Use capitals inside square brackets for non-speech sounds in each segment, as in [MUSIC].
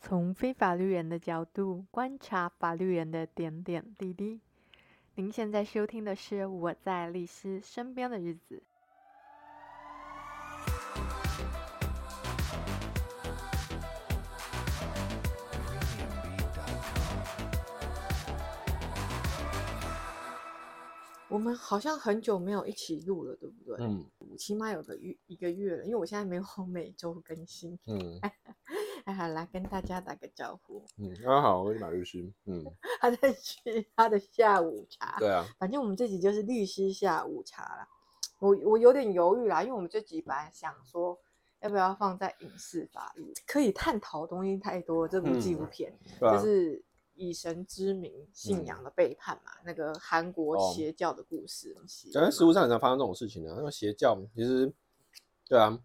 从非法律人的角度观察法律人的点点滴滴。您现在收听的是《我在律师身边的日子》。我们好像很久没有一起录了，对不对？嗯 [LAUGHS] 起码有个月一个月了，因为我现在没有 [LAUGHS] 每周更新。嗯哎，好啦，跟大家打个招呼。嗯，大家好，我是马律师。 [LAUGHS] 嗯，他在吃他的下午茶，对啊，反正我们这集就是律师下午茶啦。我我有点犹豫啦，因为我们这集本来想说要不要放在影视法律，可以探讨的东西太多了。这部纪录嗯片、对啊，就是以神之名信嗯仰的背叛嘛，那个韩国哦邪教的故事东西感觉实嘛物上很常发生这种事情啊。那个邪教其实，对啊，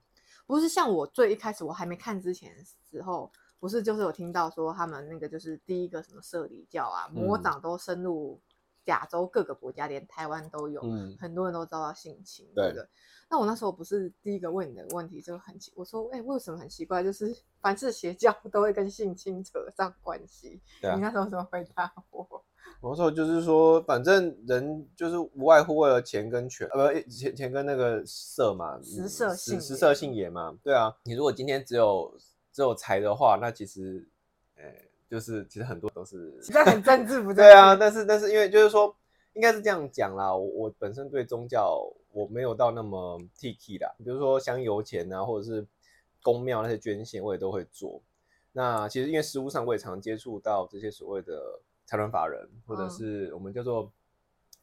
不是像我最一开始我还没看之前的时候，不是就是有听到说他们那个就是第一个什么社里教啊，魔嗯掌都深入亚洲各个国家，连台湾都有，嗯很多人都遭到性侵，对不对对？那我那时候不是第一个问你的问题就很奇，我说哎、为什么很奇怪？就是凡是邪教都会跟性侵扯上关系，对你啊。那时候怎么回答我？ [LAUGHS] 然后就是说，反正人就是无外乎为了钱跟权，呃，不钱钱跟那个色嘛，食嗯色食性食也色性也嘛。对啊，你如果今天只有只有财的话，那其实，呃，就是其实很多都是实在很政治不正对啊，确，但是但是因为就是说，应该是这样讲啦。我我本身对宗教我没有到那么 T K 啦，比如说香油钱啊，或者是公庙那些捐献，我也都会做。那其实因为实务上我也常接触到这些所谓的财团法人，或者嗯是我们叫做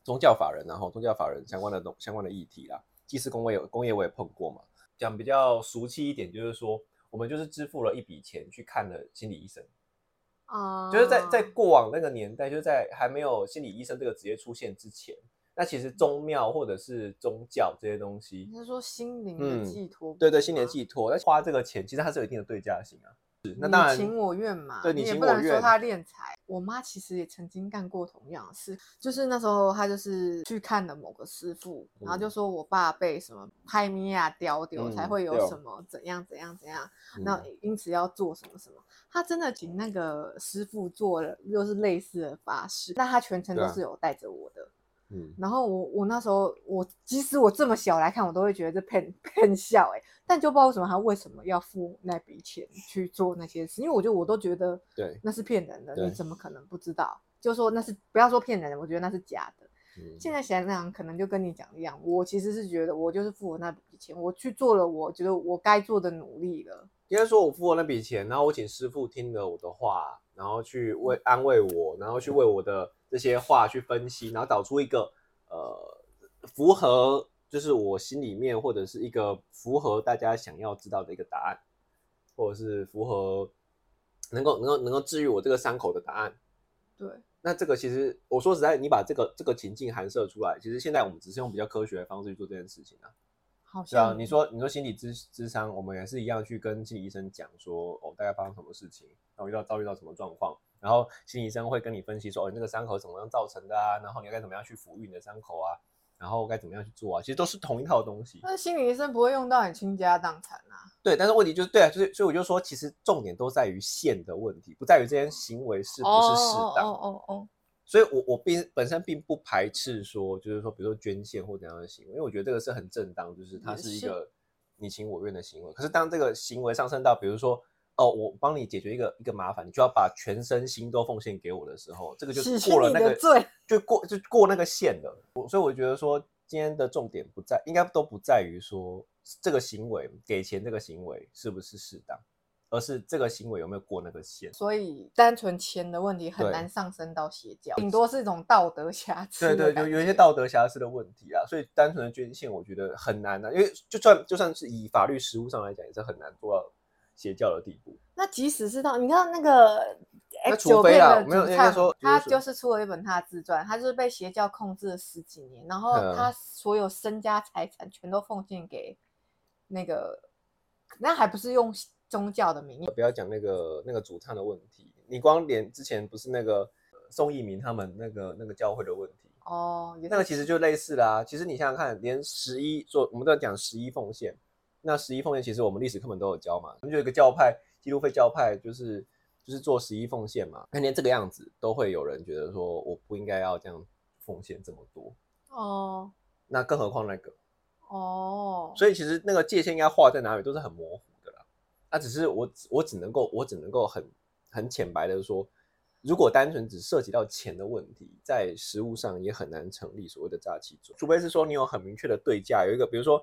宗教法人，然后宗教法人相关的东相关的议题啦。技师工会有工业我也碰过嘛，讲比较俗气一点，就是说我们就是支付了一笔钱去看了心理医生。啊就是在在过往那个年代，就是在还没有心理医生这个职业出现之前，那其实宗庙或者是宗教这些东西你，是说心灵的嗯寄托？对对，新年寄托，但花这个钱，其实它是有一定的对价性啊。是，那当你然，情我愿嘛，对你你也情不我能说愿他敛财。我妈其实也曾经干过同样的事，就是那时候她就是去看了某个师傅，然后就嗯说我爸被什么拍米亚雕丢才嗯会有对哦什么怎样怎样怎样，嗯那因此要做什么什么。他真的请那个师傅做了，又是类似的法事，那他全程对都啊是有带着我的。嗯，然后我我那时候我即使我这么小来看，我都会觉得这骗骗笑哎、但就不知道为什么他为什么要付那笔钱去做那些事，因为我觉得我都觉得对，那是骗人的，你对怎么可能不知道？就说那是不要说骗人的，我觉得那是假的。嗯现在想想，可能就跟你讲的一样，我其实是觉得我就是付了那笔钱，我去做了我觉得我该做的努力了。应该说我付了那笔钱，然后我请师傅听了我的话，然后去为安慰我，然后去为我的这些话去分析，然后找出一个呃符合就是我心里面或者是一个符合大家想要知道的一个答案，或者是符合能够能够能够治愈我这个伤口的答案。对，那这个其实我说实在，你把这个这个情境函射出来，其实现在我们只是用比较科学的方式去做这件事情啊。好是啊像，你说你说心理咨咨商，我们也是一样去跟心理医生讲说，哦，大概发生什么事情，然后遇到遭遇到什么状况，然后心理医生会跟你分析说，哦，你那个伤口怎么样造成的啊，然后你该怎么样去抚育你的伤口啊，然后该怎么样去做啊，其实都是同一套 [LAUGHS] 东西。那心理医生不会用到你倾家荡产啊。对，但是问题就是，对啊，就是所以我就说，其实重点都在于线的问题，不在于这些行为是不是适当。哦哦哦哦，所以我我并本身并不排斥说，就是说，比如说捐献或怎样的行为，因为我觉得这个是很正当，就是它也是一是个你情我愿的行为。可是当这个行为上升到，比如说，哦，我帮你解决一个一个麻烦，你就要把全身心都奉献给我的时候，这个就洗清过了你那的个，罪。就过就过那个线了。我所以我觉得说，今天的重点不在，应该都不在于说这个行为给钱这个行为是不是适当，而是这个行为有没有过那个线。所以单纯钱的问题很对难上升到邪教，顶多是一种道德瑕疵对的感对，觉。有有一些道德瑕疵的问题啊，所以单纯的捐献，我觉得很难啊，因为就算就算是以法律实务上来讲，也是很难做到邪教的地步。那即使是到你看那个那 X 除九非变啦的我没有主应该唱说他就是就是出了一本他的自传，他就是被邪教控制了十几年，然后嗯他所有身家财产全都奉献给那个，那还不是用宗教的名义？不要讲那个那个主唱的问题，你光连之前不是那个呃宋一鸣他们那个那个教会的问题，哦，也那是个其实就类似啦、其实你想想看，连十一做我们都在讲十一奉献，那十一奉献其实我们历史课本都有教嘛，我们就有一个教派，基督会教派，就是就是做十一奉献嘛，那连这个样子都会有人觉得说我不应该要这样奉献这么多，哦那更何况那个，哦，所以其实那个界限应该画在哪里都是很模糊的啦。那只是我只我只能够我只能够很很浅白的说，如果单纯只涉及到钱的问题，在实物上也很难成立所谓的诈欺罪，除非是说你有很明确的对价，有一个比如说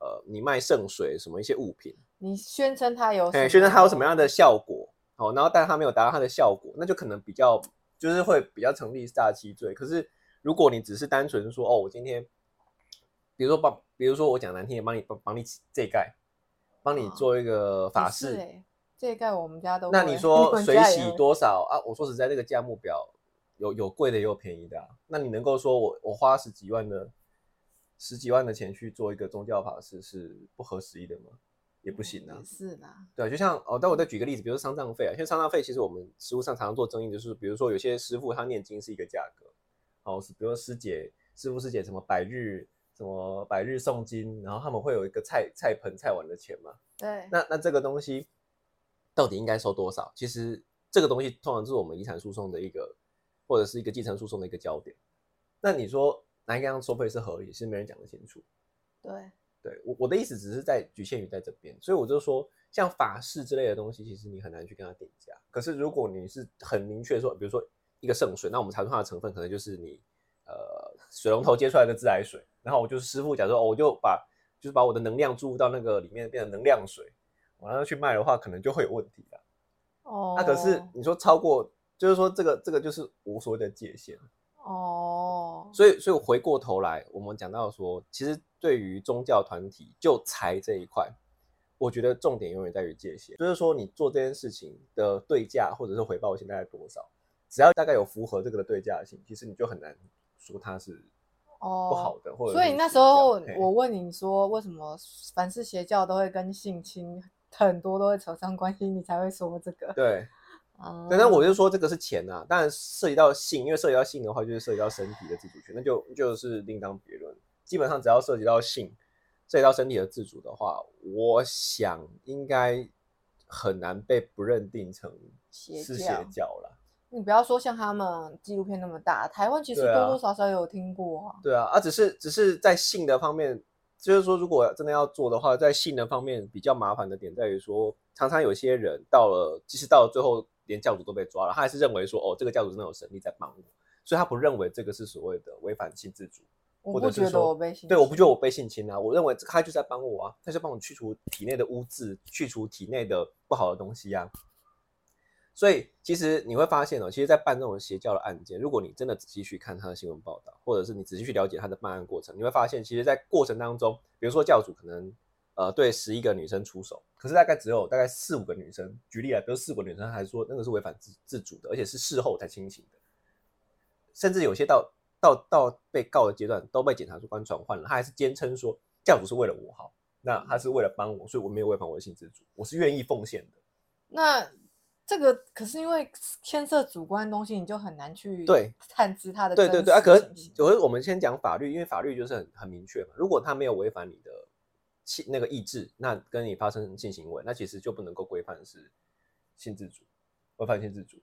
呃你卖圣水什么一些物品，你宣称他有什哎，么，宣称它有什么样的效果，哦，然后但它没有达到它的效果，那就可能比较就是会比较成立诈欺罪。可是如果你只是单纯说，哦，我今天，比如说帮，比如说我讲难听点，帮你帮帮你起这一盖，帮你哦做一个法也事，是欸这一盖我们家都那会你说我水 [LAUGHS] 家也洗会多少啊？我说实在，这个价目表有有贵的，也有便宜的、啊。那你能够说我我花十几万的十几万的钱去做一个宗教法事是不合时宜的吗？也不行啊也。是啦，对，就像哦，但我再举个例子，比如说丧葬费啊，因为丧葬费其实我们实务上常常做争议，就是比如说有些师傅他念经是一个价格，哦，是比如说师姐、师傅、师姐什么百日什么百日诵经，然后他们会有一个菜菜盆菜碗的钱嘛，对，那那这个东西到底应该收多少？其实这个东西通常是我们遗产诉讼的一个或者是一个继承诉讼的一个焦点。那你说哪一个样收费是合理？其实没人讲得清楚。对，对我我的意思只是在局限于在这边，所以我就说，像法式之类的东西，其实你很难去跟它定价。可是如果你是很明确说，比如说一个圣水，那我们查出它的成分可能就是你呃水龙头接出来的自来水，然后我就是师傅假说哦，我就把就是把我的能量注入到那个里面变成能量水，我然后去卖的话，可能就会有问题啦。哦，那、可是你说超过，就是说这个这个就是无所谓的界限。哦，所以，所以我回过头来，我们讲到说，其实对于宗教团体就财这一块，我觉得重点永远在于界限，就是说你做这件事情的对价或者是回报性大概多少，只要大概有符合这个的对价性，其实你就很难说它是哦不好的，或者所以是那时邪教候嘿我问你说，为什么凡是邪教都会跟性侵很多都会扯上关系，你才会说这个？对，啊，对，那我就说这个是钱啊，当然涉及到性，因为涉及到性的话，就是涉及到身体的自主权，那就就是另当别论。基本上只要涉及到性，涉及到身体的自主的话，我想应该很难被不认定成邪是邪教教啦。你不要说像他们纪录片那么大，台湾其实对啊多多少少有听过啊。对啊，啊，只是只是在性的方面，就是说，如果真的要做的话，在性的方面比较麻烦的点在于说，常常有些人到了，即使到了最后，连教主都被抓了，他还是认为说，哦，这个教主真的有神力在帮我，所以他不认为这个是所谓的违反性自主，我或不者是觉得说我被性对，我不觉得侵我被性侵啊，我认为他就在帮我啊，他就帮我去除体内的污渍，去除体内的不好的东西啊。所以其实你会发现哦，其实，在办这种邪教的案件，如果你真的仔细去看他的新闻报道，或者是你仔细去了解他的办案过程，你会发现，其实，在过程当中，比如说教主可能呃对十一个女生出手，可是大概只有大概四五个女生，举例来，比如四五个女生还说那个是违反自自主的，而且是事后才清醒的，甚至有些到到到被告的阶段都被检察官传唤了，他还是坚称说教主是为了我好，那嗯他是为了帮我，所以我没有违反我的性自主，我是愿意奉献的。那这个可是因为牵涉主观的东西，你就很难去对 [LAUGHS] 探知他的对真对对啊！实可是情形可是我们先讲法律，因为法律就是很很明确嘛。如果他没有违反你的性那个意志，那跟你发生性行为，那其实就不能够规范是性自主，违反性自主。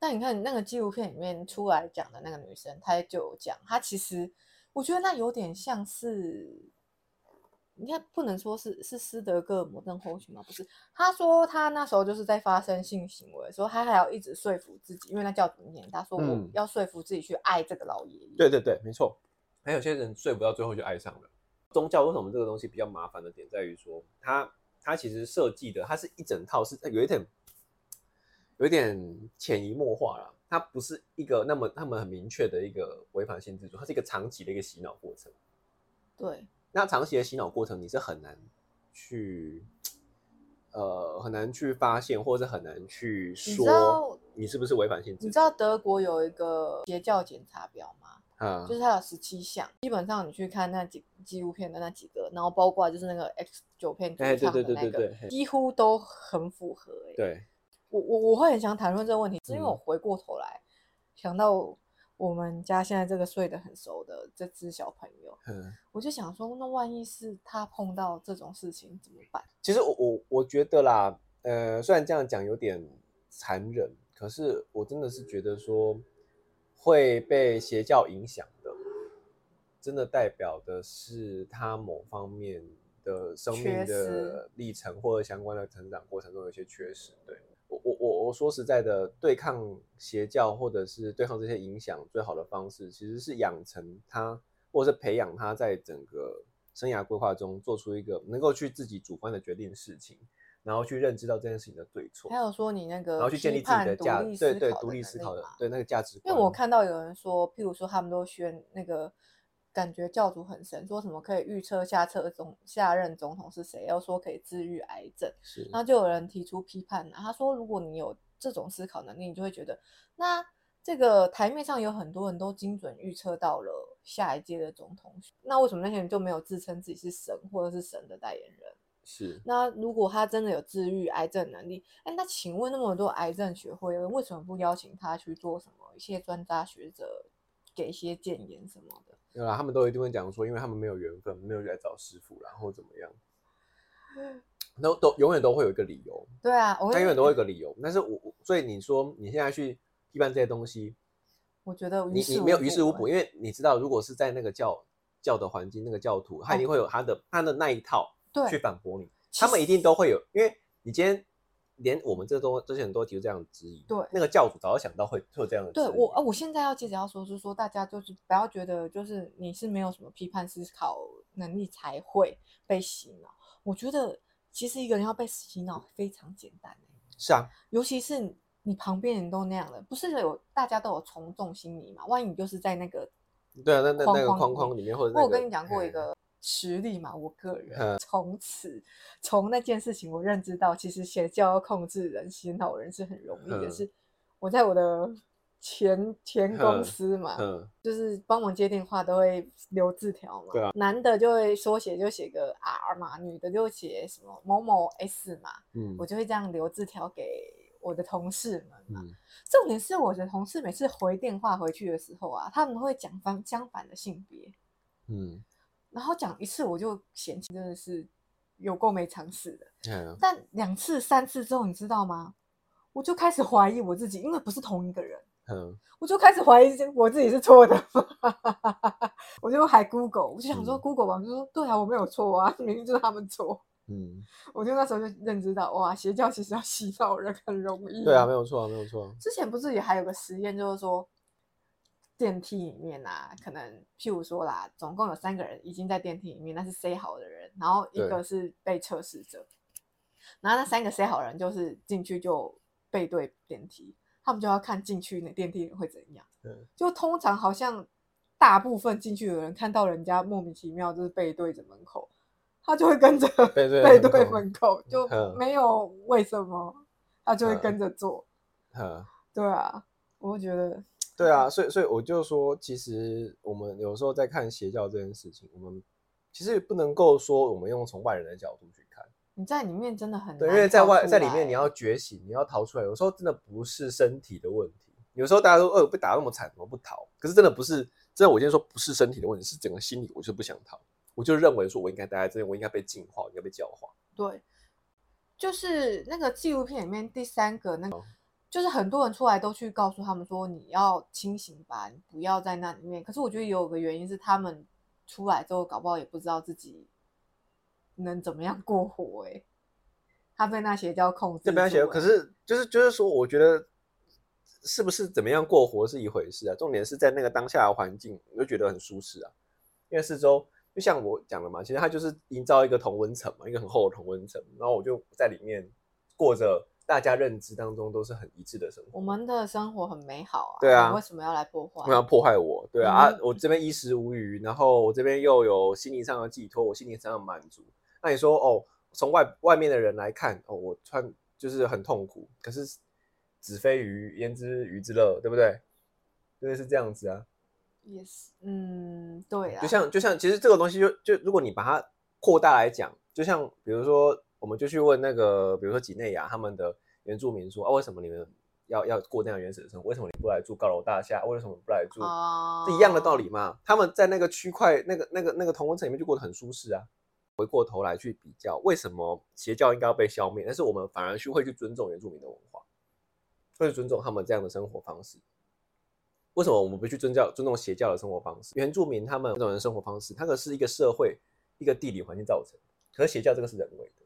那你看那个纪录片里面出来讲的那个女生，她就有讲，她其实我觉得那有点像是，你看不能说是是斯德哥尔摩症候群吗？不是，她说她那时候就是在发生性行为的时候，她还要一直说服自己，因为那叫怎么念？她说我嗯要说服自己去爱这个老爷爷。对对对，没错。还有些人睡不到最后就爱上了宗教。为什么这个东西比较麻烦的点在于说，它它其实设计的，它是一整套是有一点有一点潜移默化啦，它不是一个那么那么很明确的一个违反性自主，它是一个长期的一个洗脑过程。对那长期的洗脑过程，你是很难去，呃，很难去发现，或者很难去你知道说你是不是违反性自主。你知道德国有一个邪教检查表吗？啊就？是它有十七项，基本上你去看那几纪录片的那几个，然后包括就是那个 X 九片主哎唱对的对对那对个对嘿，几乎都很符合、欸。，对，我我我会很想谈论这个问题，是因为我嗯回过头来、想到我们家现在这个睡得很熟的这只小朋友，嗯。我就想说，那万一是他碰到这种事情怎么办？其实我我我觉得啦，呃，虽然这样讲有点残忍，可是我真的是觉得说会被邪教影响的，真的代表的是他某方面的生命缺的失历程或者相关的成长过程中有一些缺失。对我我我我说实在的，对抗邪教或者是对抗这些影响，最好的方式其实是养成他，或者是培养他在整个生涯规划中做出一个能够去自己主观的决定事情。然后去认知到这件事情的对错，还有说你那个然后去建立批自己判的独价，立对思对，考独的立能思力考的嘛对那个价值观。因为我看到有人说，譬如说他们都宣那个感觉教主很神，说什么可以预测下册总下任总统是谁，要说可以治愈癌症，是然后就有人提出批判啊，他说如果你有这种思考能力，你就会觉得那。这个台面上有很多人都精准预测到了下一届的总统选，那为什么那些人就没有自称自己是神或者是神的代言人？是那如果他真的有治愈癌症能力，哎，那请问那么多癌症学会为什么不邀请他去做什么一些专家学者给一些建言什么的？对啦，他们都一定会讲说，因为他们没有缘分，没有来找师傅啦，然后 [LAUGHS] 怎么样，都都永远都会有一个理由，对啊，我他跟永你远都会有一个理由。但是我我所以你说你现在去批判这些东西，我觉得于你事你没有无于事无补补，欸因为你知道，如果是在那个教教的环境，那个教徒他一定会有他的、他的那一套哦对去反驳你，其他们一定实都会有，因为你今天。连我们这都之前都提出这样的质疑，对那个教主早就想到会会有这样的质疑，对我啊，我现在要接着要说，是说大家就是不要觉得就是你是没有什么批判思考能力才会被洗脑。我觉得其实一个人要被洗脑非常简单、欸，是啊，尤其是你旁边人都那样了，不是有大家都有从众心理嘛？万一你就是在那个对啊，那那那个框框框框里面或者、那我个、嗯有跟你讲过嘿一个实例嘛，我个人从此从那件事情，我认知到其实邪教要控制人、洗脑人是很容易的。嗯是我在我的前前嗯公司嘛，嗯，就是帮忙接电话都会留字条嘛，啊男的就会缩写就写个 R 嘛，女的就写什么某某 S 嘛，嗯我就会这样留字条给我的同事们嘛。嗯重点是我的同事每次回电话回去的时候啊，他们会讲反相反的性别。嗯然后讲一次我就嫌弃，真的是有够没常识的。嗯，但两次、三次之后，你知道吗？我就开始怀疑我自己，因为不是同一个人，嗯我就开始怀疑我自己是错的。 [LAUGHS] 我就还 Google，我就想说嗯 Google 吧，我就说对啊，我没有错啊， [LAUGHS] 明明就是他们错。嗯，我就那时候就认知到，哇，邪教其实要洗脑人很容易。对啊，没有错啊，没有错啊，之前不是也还有个实验，就是说电梯里面啊，可能譬如说啦，总共有三个人已经在电梯里面，那是 say 好的人，然后一对个是被测试者，然后那三个 say 好的人就是进去就背对电梯，他们就要看进去那电梯会怎样对。就通常好像大部分进去的人看到人家莫名其妙就是背对着门口，他就会跟着 [LAUGHS] 背对着背对门口门口，就嗯没有为什么，他就会跟嗯着做。嗯，对啊，我觉得对嗯啊，所以所以我就说，其实我们有时候在看邪教这件事情，我们其实也不能够说我们用从外人的角度去看，你在里面真的很对，因难为在跳外出在里面你来要觉醒，你要逃出来，有时候真的不是身体的问题，有时候大家都呃被打那么惨，怎么不逃？可是真的不是，真的我今天说不是身体的问题，是整个心理，我就是不想逃，我就认为说我应该待在这里，我应该被净化，我应该被教化，对，就是那个纪录片里面第三个那个，哦就是很多人出来都去告诉他们说你要清醒吧，你不要在那里面。可是我觉得也有个原因是他们出来之后，搞不好也不知道自己能怎么样过活、欸。他被那邪教控制这住了，边写，可是就是就是说，我觉得是不是怎么样过活是一回事啊，重点是在那个当下的环境，你就觉得很舒适啊。因为四周就像我讲的嘛，其实它就是营造一个同温层嘛，一个很厚的同温层，然后我就在里面过着大家认知当中都是很一致的生活。我们的生活很美好啊，对你啊为什么要来破我要坏？破坏我，对啊，啊嗯我这边衣食无余，然后我这边又有心灵上的寄托，我心灵上的满足。那你说哦，从外外面的人来看，哦，我穿就是很痛苦，可是子非鱼，焉知鱼之乐，对不对？对，是这样子啊。也是，嗯，对啊，就像就像，其实这个东西就就如果你把它扩大来讲，就像比如说，我们就去问那个，比如说几内亚他们的原住民说啊，为什么你们要要过那样原始的生活？为什么你不来住高楼大厦？为什么不来住啊，是一样的道理嘛。他们在那个区块、那个、那个、那个同温层里面就过得很舒适啊。回过头来去比较，为什么邪教应该要被消灭，但是我们反而去会去尊重原住民的文化，会尊重他们这样的生活方式。为什么我们不去尊教尊重邪教的生活方式？原住民他们这种人生活方式，它可是一个社会、一个地理环境造成的。可是邪教这个是人为的，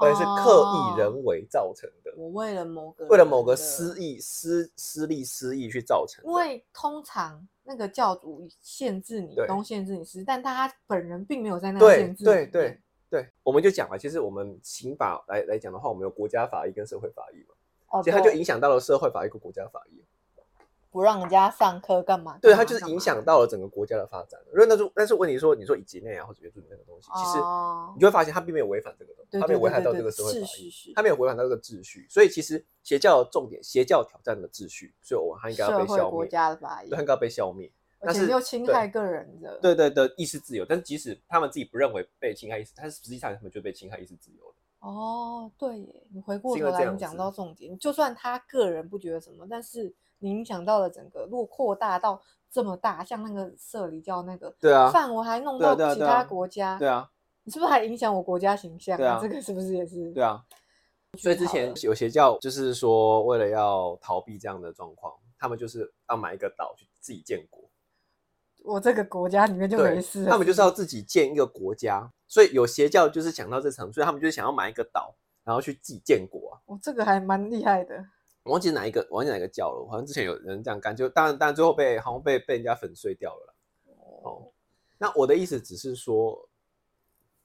而且是刻哦意人为造成的，我为了某个为了人某个的私意、私私利、私意去造成的。因为通常那个教主限制你对东，限制你西，但他本人并没有在那个对限制里对面对对，我们就讲了，其实我们刑法来来讲的话，我们有国家法医跟社会法医嘛，哦，其实它就对哦影响到了社会法医跟国家法医。不让人家上课干嘛？对，干它嘛就是干影嘛响到了整个国家的发展。因为那就但是问题说，你说以及内啊或者原住民那个东西，其实哦你就会发现它并没有违反这个东西，对它没对有危对害对到对这个社会是法是律，是，它没有违反到这个秩序。所以其实邪教的重点，邪教挑战的秩序，所以我们它应该要社被会消国灭，家的法对，益它，应该要被消灭。而但且是没有侵对害个人的，对对对，意识自由，但即使他们自己不认为被侵害意识，但是实际上他们就被侵害意识自由了。哦，对耶，你回过因头为这来，样你讲子到重点，就算他个人不觉得什么，但是你影响到了整个，如果扩大到这么大，像那个社里教那个对啊范围还弄对啊到对啊其对他啊国家，对啊，你是不是还影响我国家形象对啊这个是不是也是？对啊。所以之前有邪教就是说，为了要逃避这样的状况，他们就是要买一个岛去自己建国。我这个国家里面就对，没事了，他们就是要自己建一个国家，所以有邪教就是想到这层，所以他们就是想要买一个岛，然后去自己建国啊。我、哦、这个还蛮厉害的，我忘记哪一个，我忘记哪一个教了，好像之前有人这样干，就当然当然最后被好像被被人家粉碎掉了啦。哦，那我的意思只是说，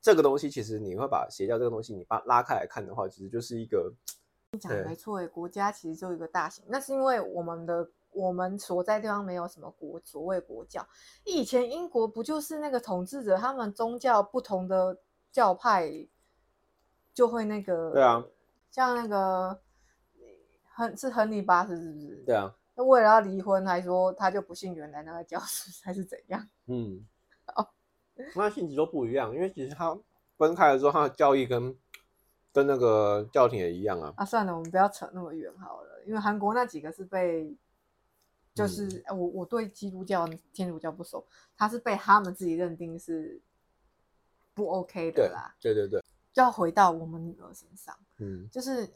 这个东西其实你会把邪教这个东西你把它拉开来看的话，其实就是一个你讲的没错诶，国家其实就一个大型，那是因为我们的我们所在地方没有什么国所谓国教。以前英国不就是那个统治者，他们宗教不同的教派就会那个对啊，像那个亨是亨利八世是不是？对，啊，那为了要离婚，还说他就不信原来那个教是 [LAUGHS] 还是怎样？嗯哦， [LAUGHS] 那性质都不一样，因为其实它分开了之后，它的教义跟跟那个教廷也一样啊。啊，算了，我们不要扯那么远好了，因为韩国那几个是被，就嗯是、呃我我对基督教、天主教不熟，他是被他们自己认定是不 OK 的对啦。对对对，要回到我们女儿身上，嗯就是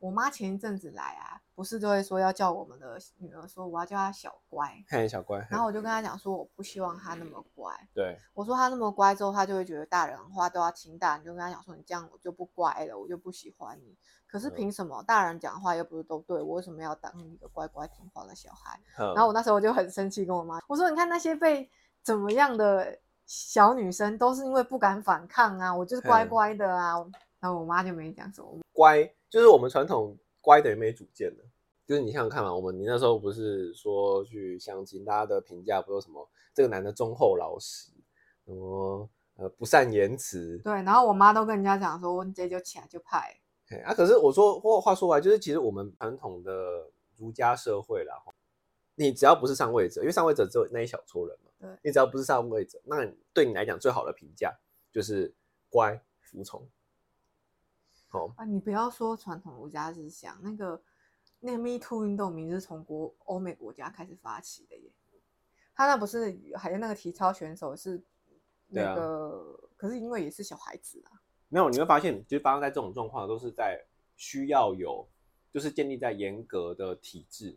我妈前一阵子来啊，不是都会说要叫我们的女儿说我要叫她小乖，嘿，小乖，嘿然后我就跟她讲说我不希望她那么乖，对，我说他那么乖之后，他就会觉得大人话都要听大人，就跟他讲说你这样我就不乖了，我就不喜欢你。可是嗯凭什么大人讲话又不是都对，我为什么要当一个乖乖听话的小孩？然然后我那时候就很生气，跟我妈我说你看那些被怎么样的小女生，都是因为不敢反抗啊，我就是乖嗯乖的啊。然后我妈就没讲什么，乖，就是我们传统乖等于没主见的。就是你想想看嘛，我们你那时候不是说去相亲，大家的评价不是什么这个男的忠厚老实，什么呃不善言辞，对，然后我妈都跟人家讲说，我这就起来就派，嘿啊，可是我说话话说回来，就是其实我们传统的儒家社会啦，吼你只要不是上位者，因为上位者只有那一小撮人嘛，对你只要不是上位者，那你对你来讲最好的评价就是乖服从。好、啊，你不要说传统儒家思想，那个那个 Me Too 运动名是从国欧美国家开始发起的耶。他那不是还有那个体操选手是对那啊个，可是因为也是小孩子啊，没有，你会发现，就是发生在这种状况，都是在需要有，就是建立在严格的体制，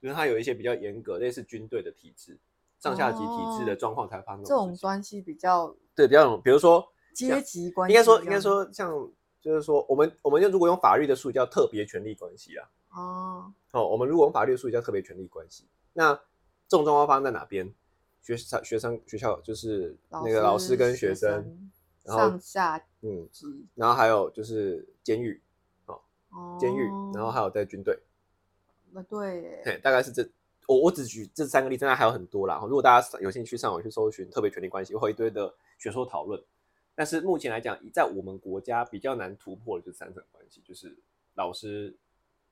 就是它有一些比较严格，类似军队的体制，上下级体制的哦状况才发生这这种种事情。关系比较对，比较有比如说阶级关应系，该说应该说像就是说我们我们就如果用法律的术语叫特别权利关系啊，哦，哦，我们如果用法律的术语叫特别权利关系，那这种状况发生在哪边？学生学生学校就是那个老师跟学学生，然后上下嗯，级然后还有就是监狱，监狱，然后哦还有在军队，呃对耶，嘿，大概是这。我我只举这三个例子，那还有很多啦。如果大家有兴趣上网去搜寻特别权利关系，会有一堆的学术讨论。但是目前来讲，在我们国家比较难突破的就是三层关系，就是老师、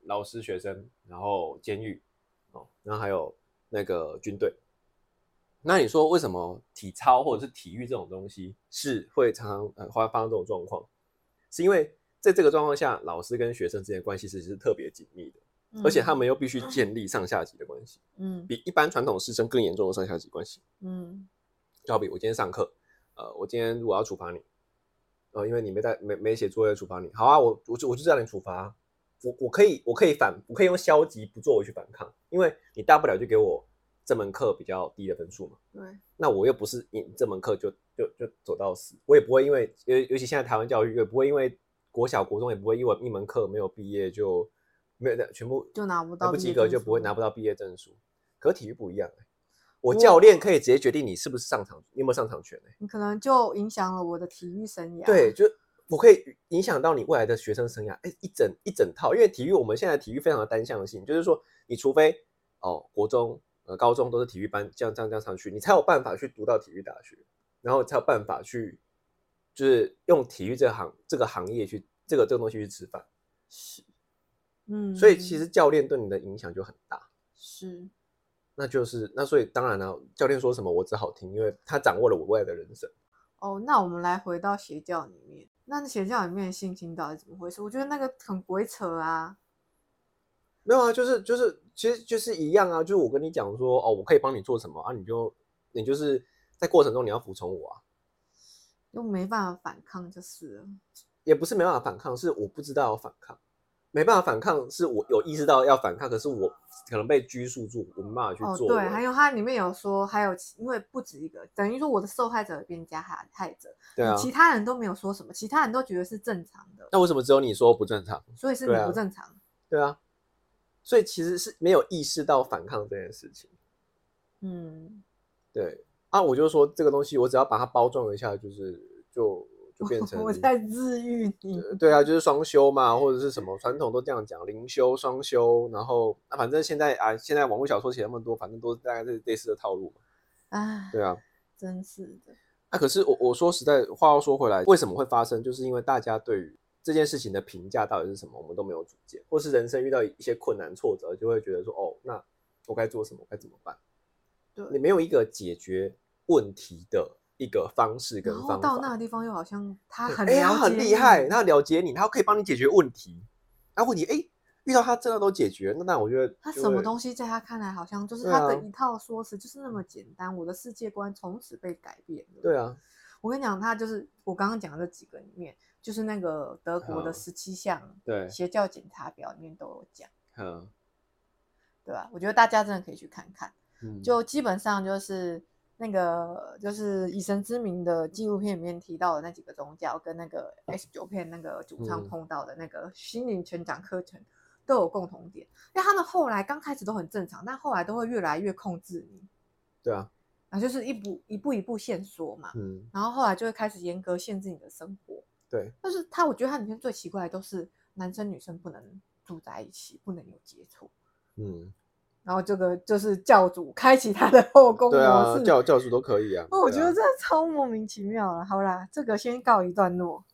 老师、学生，然后监狱，哦，然后还有那个军队。那你说为什么体操或者是体育这种东西是会常常呃发发生这种状况？是因为在这个状况下，老师跟学生之间的关系其实是特别紧密的。而且他们又必须建立上下级的关系，嗯比一般传统师生更严重的上下级关系。嗯就好比我今天上课，呃，我今天如果要处罚你，呃，因为你没带没没写作业处罚你，好啊，我我就我就让你处罚啊，我我可以我可以反，我可以用消极不作为去反抗，因为你大不了就给我这门课比较低的分数嘛。对，那我又不是你这门课就就就走到死，我也不会因为尤尤其现在台湾教育也不会因为国小国中也不会因为一门课没有毕业就没有全部就拿不拿到不毕业及格就证不会书拿不到毕业证书。可体育不一样、欸，我我教练可以直接决定你是不是上场，你有没有上场权、欸你可能就影响了我的体育生涯。对，，就我可以影响到你未来的学生生涯，哎，一整一整套。因为体育，我们现在体育非常的单向性，就是说，你除非哦，国中、呃、高中都是体育班，这样这样这样上去，你才有办法去读到体育大学，然后才有办法去，就是用体育这行这个行业去这个这个东西去吃饭。嗯，所以其实教练对你的影响就很大。是那就是那所以当然了、啊教练说什么我只好听，因为他掌握了我未来的人生。哦。那我们来回到邪教里面，那邪教里面的性侵到底怎么回事？我觉得那个很鬼扯啊。没有啊，就是就是，其实就是一样啊，就是我跟你讲说，哦，我可以帮你做什么啊，你就你就是在过程中你要服从我啊，又没办法反抗就是了。也不是没办法反抗，是我不知道要反抗，没办法反抗，是我有意识到要反抗，可是我可能被拘束住，我没办法去哦，做。对，还有它里面有说，还有其因为不止一个，等于说我的受害者变加害害者，对啊，其他人都没有说什么，其他人都觉得是正常的，那为什么只有你说不正常？所以是对你啊不正常。对啊，所以其实是没有意识到反抗这件事情。嗯，对啊，我就说这个东西，我只要把它包装一下，就是就就变成我在治愈你。对啊，就是双休嘛，或者是什么传统都这样讲，灵修、双休，然后那反正现在啊，现在网络小说写那么多，反正都是大概是类似的套路嘛。唉，对啊，真是的。那、可是我我说实在话，要说回来，为什么会发生，就是因为大家对于这件事情的评价到底是什么，我们都没有主见，或是人生遇到一些困难挫折，就会觉得说，哦，那我该做什么，我该怎么办？对你没有一个解决问题的一个方式跟然后方到那法个。地方又好像他很哎、了他解很厉你害，他了解你，他可以帮你解决问题。那问题哎、遇到他真的都解决，那那我觉得他就什么会东西在他看来好像就是对他的啊一套说辞就是那么简单，我的世界观从此被改变了。对啊，我跟你讲，他就是我刚刚讲的这几个里面，就是那个德国的嗯十七项对，邪教检查表里面都有讲，嗯，对吧？我觉得大家真的可以去看看。嗯就基本上就是那个就是以神之名的纪录片里面提到的那几个宗教，跟那个 S 九片那个主唱嗯碰到的那个心灵成长课程都有共同点，因为他们后来刚开始都很正常，但后来都会越来越控制你，对啊，然后就是一步一步一步线索嘛，嗯，然后后来就会开始严格限制你的生活。对，但是他我觉得他里面最奇怪的都是男生女生不能住在一起，不能有接触。嗯，然后这个就是教主开启他的后宫模对式，啊，教教主都可以啊。哦，我觉对啊得这超莫名其妙了。好啦，这个先告一段落。